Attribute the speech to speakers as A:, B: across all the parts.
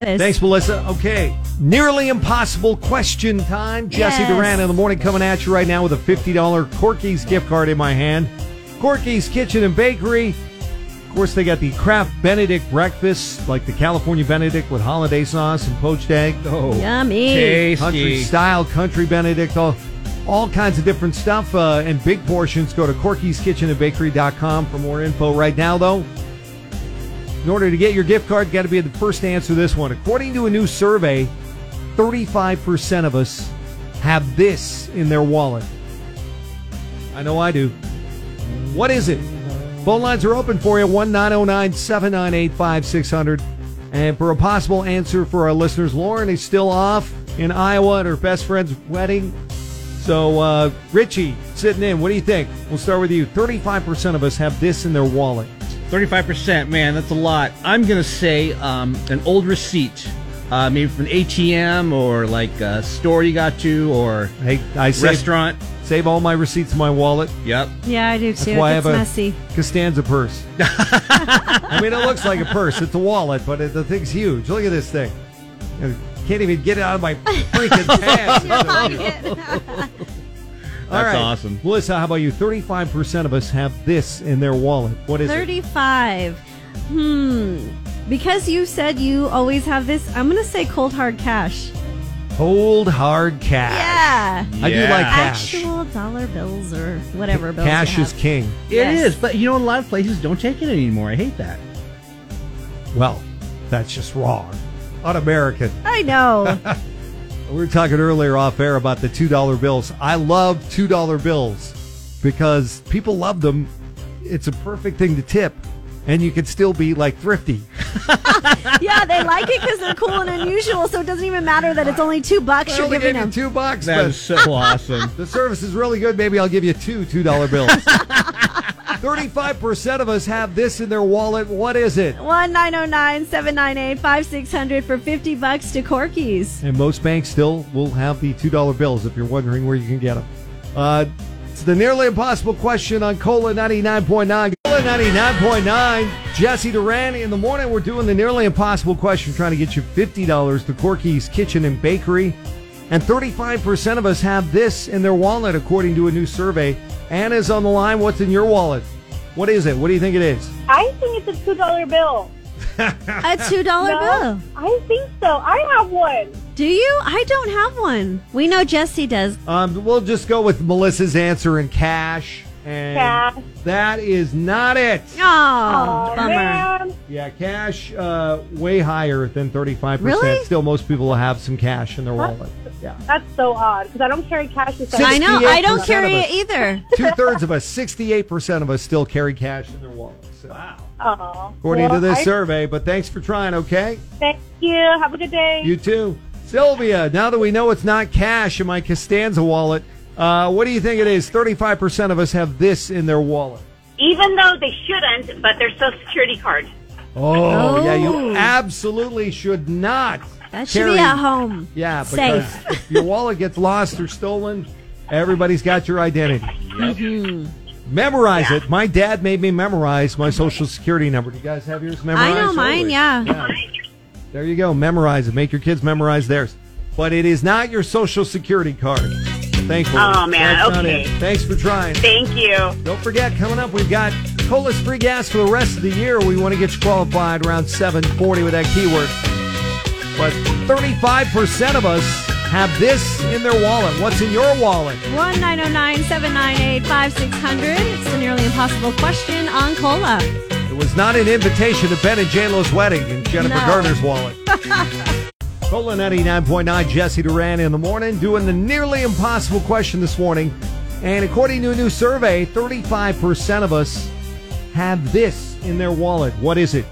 A: this.
B: Thanks, Melissa. Okay. Nearly impossible question time. Jesse
A: Yes.
B: Duran in the morning coming at you right now with a $50 Corky's gift card in my hand. Corky's Kitchen and Bakery. Of course, they got the Kraft Benedict breakfast, like the California Benedict with holiday sauce and poached egg. Oh,
A: Yummy.
B: Country style, country Benedict, all, all kinds of different stuff uh, and big portions. Go to corkyskitchenandbakery.com for more info. Right now, though, in order to get your gift card, got to be the first to answer this one. According to a new survey, 35% of us have this in their wallet. I know I do. What is it? Phone lines are open for you oh 1 909 798 5600. And for a possible answer for our listeners, Lauren is still off in Iowa at her best friend's wedding. So, uh, Richie, sitting in, what do you think? We'll start with you. 35% of us have this in their wallet.
C: 35%, man, that's a lot. I'm going to say um, an old receipt, uh, maybe from an ATM or like a store you got to or
B: Hey, I saved,
C: restaurant.
B: save all my receipts in my wallet.
C: Yep.
A: Yeah, I do too.
B: That's why I
A: it's
B: have a
A: messy.
B: Costanza purse. I mean, it looks like a purse. It's a wallet, but it, the thing's huge. Look at this thing. I can't even get it out of my freaking pants.
C: That's awesome.
B: Melissa, how about you? 35% of us have this in their wallet. What is it?
A: 35. Hmm. Because you said you always have this, I'm going to say cold hard cash.
B: Hold hard cash.
A: Yeah.
B: I do
C: Yeah.
B: like cash.
A: Actual dollar bills or whatever bills.
B: cash
A: you
B: is
A: have.
B: king.
A: Yes.
C: It is, but you know, a lot of places don't take it anymore. I hate that.
B: Well, that's just wrong. Un American.
A: I know.
B: We were talking earlier off air about the $2 bills. I love $2 bills because people love them. It's a perfect thing to tip, and you can still be like thrifty.
A: yeah, they like it because they're cool and unusual, so it doesn't even matter that it's only two bucks
B: I only
A: you're giving
B: gave you two
A: them.
B: bucks,
C: That
B: but
C: is so awesome.
B: the service is really good. Maybe I'll give you two $2 bills. 35% of us have this in their wallet. What is it?
A: One nine zero nine seven nine eight five six hundred for fifty bucks to Corky's.
B: And most banks still will have the $2 bills if you're wondering where you can get them. Uh, it's the nearly impossible question on Cola 99.9. Cola 99.9. Jesse Duran in the morning. We're doing the nearly impossible question, trying to get you $50 to Corky's Kitchen and Bakery. And 35% of us have this in their wallet, according to a new survey. Anna's on the line. What's in your wallet? What is it? What do you think it is?
D: I think it's a two dollar bill.
A: A two dollar bill.
D: I think so. I have one.
A: Do you? I don't have one. We know Jesse does.
B: Um, we'll just go with Melissa's answer in cash. And
D: Cash.
B: that is not it.
A: Oh, bummer.
D: man.
B: Yeah, cash uh, way higher than 35%.
A: Really?
B: Still, most people have some cash in their wallet. Yeah.
D: That's so odd because I don't carry cash with
B: Six-
A: I know. I
B: 68%
A: don't
B: of
A: carry
B: us.
A: it either.
B: Two thirds of us, 68% of us, still carry cash in their wallet. So, wow.
D: Oh.
B: According
D: Well,
B: to this
D: I-
B: survey, but thanks for trying, okay?
D: Thank you. Have a good day.
B: You too. Sylvia, now that we know it's not cash in my Costanza wallet, uh, what do you think it is? 35% of us have this in their wallet.
E: even though they shouldn't, but their social security card.
B: Oh, yeah, you
A: Oh.
B: absolutely should not.
A: That should
B: carry
A: be at home.
B: Yeah, because
A: Safe.
B: if your wallet gets lost or stolen, everybody's got your identity.
A: Mm-hmm.
B: Memorize it. My dad made me memorize my social security number. Do you guys have yours
A: I
B: memorized?
A: know mine. Yeah.
B: There you go. Memorize it. Make your kids memorize theirs. But it is not your social security card. Thankfully.
E: Oh, man,
B: That's not
E: okay.
B: it. Thanks for trying.
E: Thank you.
B: Don't forget, coming up, we've got Cola's free gas for the rest of the year. We want to get you qualified around 740 with that keyword. But 35% of us have this in their wallet. What's in your wallet?
A: One nine zero nine seven nine eight five six hundred. It's the nearly impossible question on cola.
B: It was not an invitation to Ben and JLo's wedding in Jennifer
A: No.
B: Garner's wallet. Cola 99.9, Jesse Duran in the morning, doing the nearly impossible question this morning. And according to a new survey, 35% of us have this in their wallet. What is it?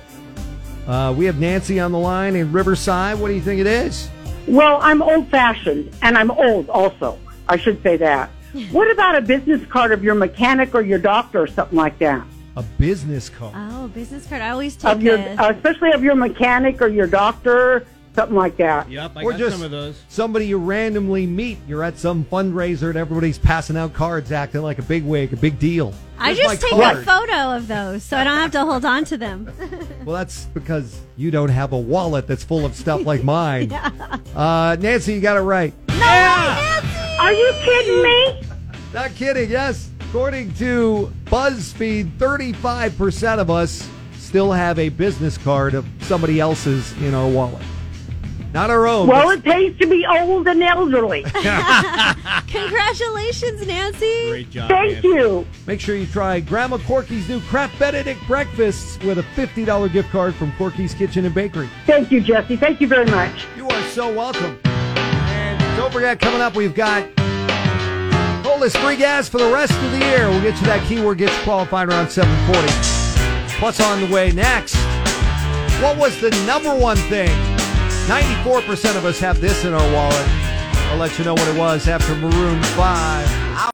B: Uh, we have Nancy on the line in Riverside. What do you think it is?
F: Well, I'm old fashioned and I'm old also. I should say that. What about a business card of your mechanic or your doctor or something like that?
B: A business card.
A: Oh, business card. I always take
F: Of your,
A: a-
F: uh, especially of your mechanic or your doctor something like that.
C: Yep, I
B: or
C: got
B: just
C: some of those.
B: somebody you randomly meet. You're at some fundraiser and everybody's passing out cards, acting like a big wig, a big deal.
A: I
B: Here's my
A: just take a
B: card.
A: photo of those so I don't have to hold on to them.
B: Well, that's because you don't have a wallet that's full of stuff like mine. uh, Nancy, you got it right. Ah.
D: Are you kidding me?
B: Not kidding. Yes, according to BuzzFeed, 35% of us still have a business card of somebody else's in our wallet. Not our own.
F: Well,
B: but
F: it pays to be old and elderly.
A: Congratulations, Nancy.
C: Great job.
F: Thank
C: Nancy.
F: you.
B: Make sure you try Grandma Corky's new Kraft Benedict breakfasts with a $50 gift card from Corky's Kitchen and Bakery.
F: Thank you, Jesse. Thank you very much.
B: You are so welcome. And don't forget, coming up, we've got Colas free gas for the rest of the year. We'll get you that keyword gets qualified around 740. Plus on the way next. What was the number one thing? 94% of us have this in our wallet. I'll let you know what it was after Maroon 5.